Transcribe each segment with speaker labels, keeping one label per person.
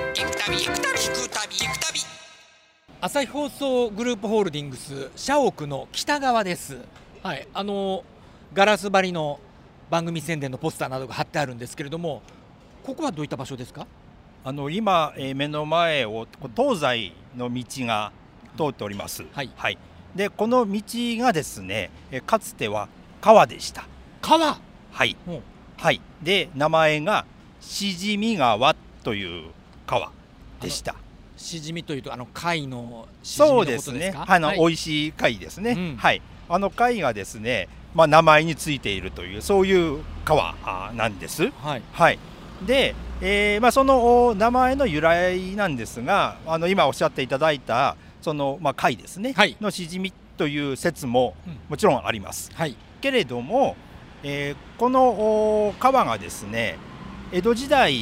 Speaker 1: 旅行く旅行く旅行く旅
Speaker 2: 朝日放送グループホールディングス社屋の北側です。はい、あのガラス張りの番組宣伝のポスターなどが貼ってあるんですけれども、ここはどういった場所ですか？
Speaker 3: あの今、えー目の前をこう東西の道が通っております。
Speaker 2: はい
Speaker 3: でこの道がですね、えーかつては川でした。
Speaker 2: 川。
Speaker 3: はい、
Speaker 2: うん
Speaker 3: はい。で名前がしじみ川という川でした。
Speaker 2: しじみというとあの貝のしじみの
Speaker 3: そ
Speaker 2: こ
Speaker 3: う
Speaker 2: とで
Speaker 3: ですす
Speaker 2: か？
Speaker 3: ね。あの、
Speaker 2: はい
Speaker 3: 美味しい貝ですね。
Speaker 2: うん
Speaker 3: はい。あの貝がですね、まあ名前についているというそういう川あーなんです。
Speaker 2: はい。
Speaker 3: はい、で、えーまあ、そのお名前の由来なんですがあの今おっしゃっていただいたその、まあ、貝ですね、
Speaker 2: はい
Speaker 3: のしじみという説も
Speaker 2: うん
Speaker 3: もちろんあります
Speaker 2: はい。
Speaker 3: けれども、えーこのお川がですね江戸時代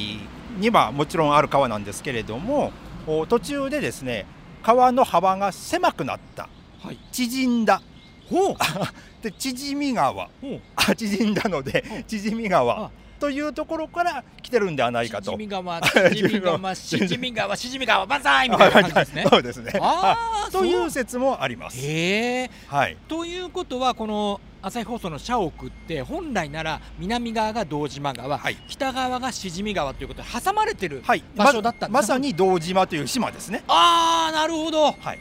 Speaker 3: にはもちろんある川なんですけれどもお途中でですね川の幅が狭くなった
Speaker 2: はい。
Speaker 3: 縮んだ
Speaker 2: ほう。
Speaker 3: で縮み川
Speaker 2: ほう。
Speaker 3: あ 縮んだので縮み
Speaker 2: あ
Speaker 3: 川というところから来てるんではない
Speaker 2: し
Speaker 3: かと。
Speaker 2: じみ川、しじみ川、しじみ川、しじみ川、万歳みたいな感じですね
Speaker 3: そうですね。は
Speaker 2: ああ、
Speaker 3: いとい
Speaker 2: そう
Speaker 3: 説もあります。
Speaker 2: へえ。
Speaker 3: はい。
Speaker 2: ということはこの朝日放送の社屋って本来なら南側が堂島川、
Speaker 3: はい
Speaker 2: 北側がしじみ川ということで挟まれてる、
Speaker 3: はい。
Speaker 2: 場所だったんですね
Speaker 3: ままさに堂島という島ですね。
Speaker 2: ああなるほど
Speaker 3: はい。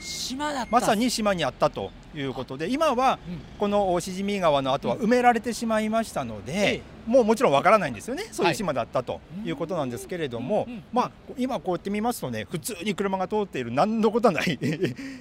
Speaker 2: 島だった
Speaker 3: まさに島にあったということで、今は
Speaker 2: うん
Speaker 3: このしじみ川の後は
Speaker 2: う
Speaker 3: 埋められてしまいましたの
Speaker 2: ええ
Speaker 3: で、もうもちろんわからないんですよね。そう
Speaker 2: はいいう
Speaker 3: 島だったということなんですけれども
Speaker 2: うんうん、
Speaker 3: まあ今こうやって見ますとね、普通に車が通っている何のことはない。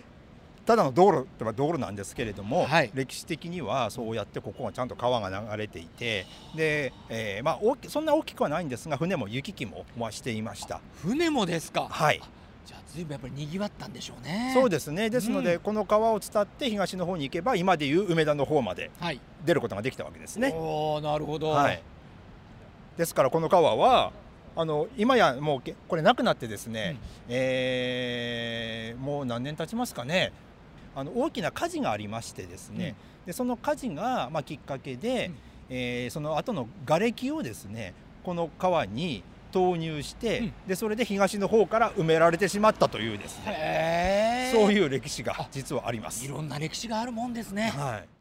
Speaker 3: ただの道路とは道路なんですけれども、
Speaker 2: はい
Speaker 3: 歴史的にはそうやってここはちゃんと川が流れていてで、えーまあ、大きそんな大きくはないんですが船も行き来もまあしていました。
Speaker 2: 船もですか
Speaker 3: はい、
Speaker 2: じゃあずいぶんやっぱり賑わったんでしょうね
Speaker 3: そうですねですので、
Speaker 2: うん
Speaker 3: この川を伝って東の方に行けば今でいう梅田の方まで
Speaker 2: はい
Speaker 3: 出ることができたわけですね。
Speaker 2: おおなるほど、
Speaker 3: はい、ですからこの川はあの今やもうけこれなくなってですね、えーもう何年経ちますかねあの大きな火事がありましてですね、でその火事が、まあ、きっかけで、
Speaker 2: うん
Speaker 3: えーその後の瓦礫をですねこの川に投入して、
Speaker 2: うん
Speaker 3: でそれで東の方から埋められてしまったというですね、
Speaker 2: へえ
Speaker 3: そういうう歴史が実はあります。
Speaker 2: いろんな歴史があるもんですね
Speaker 3: はい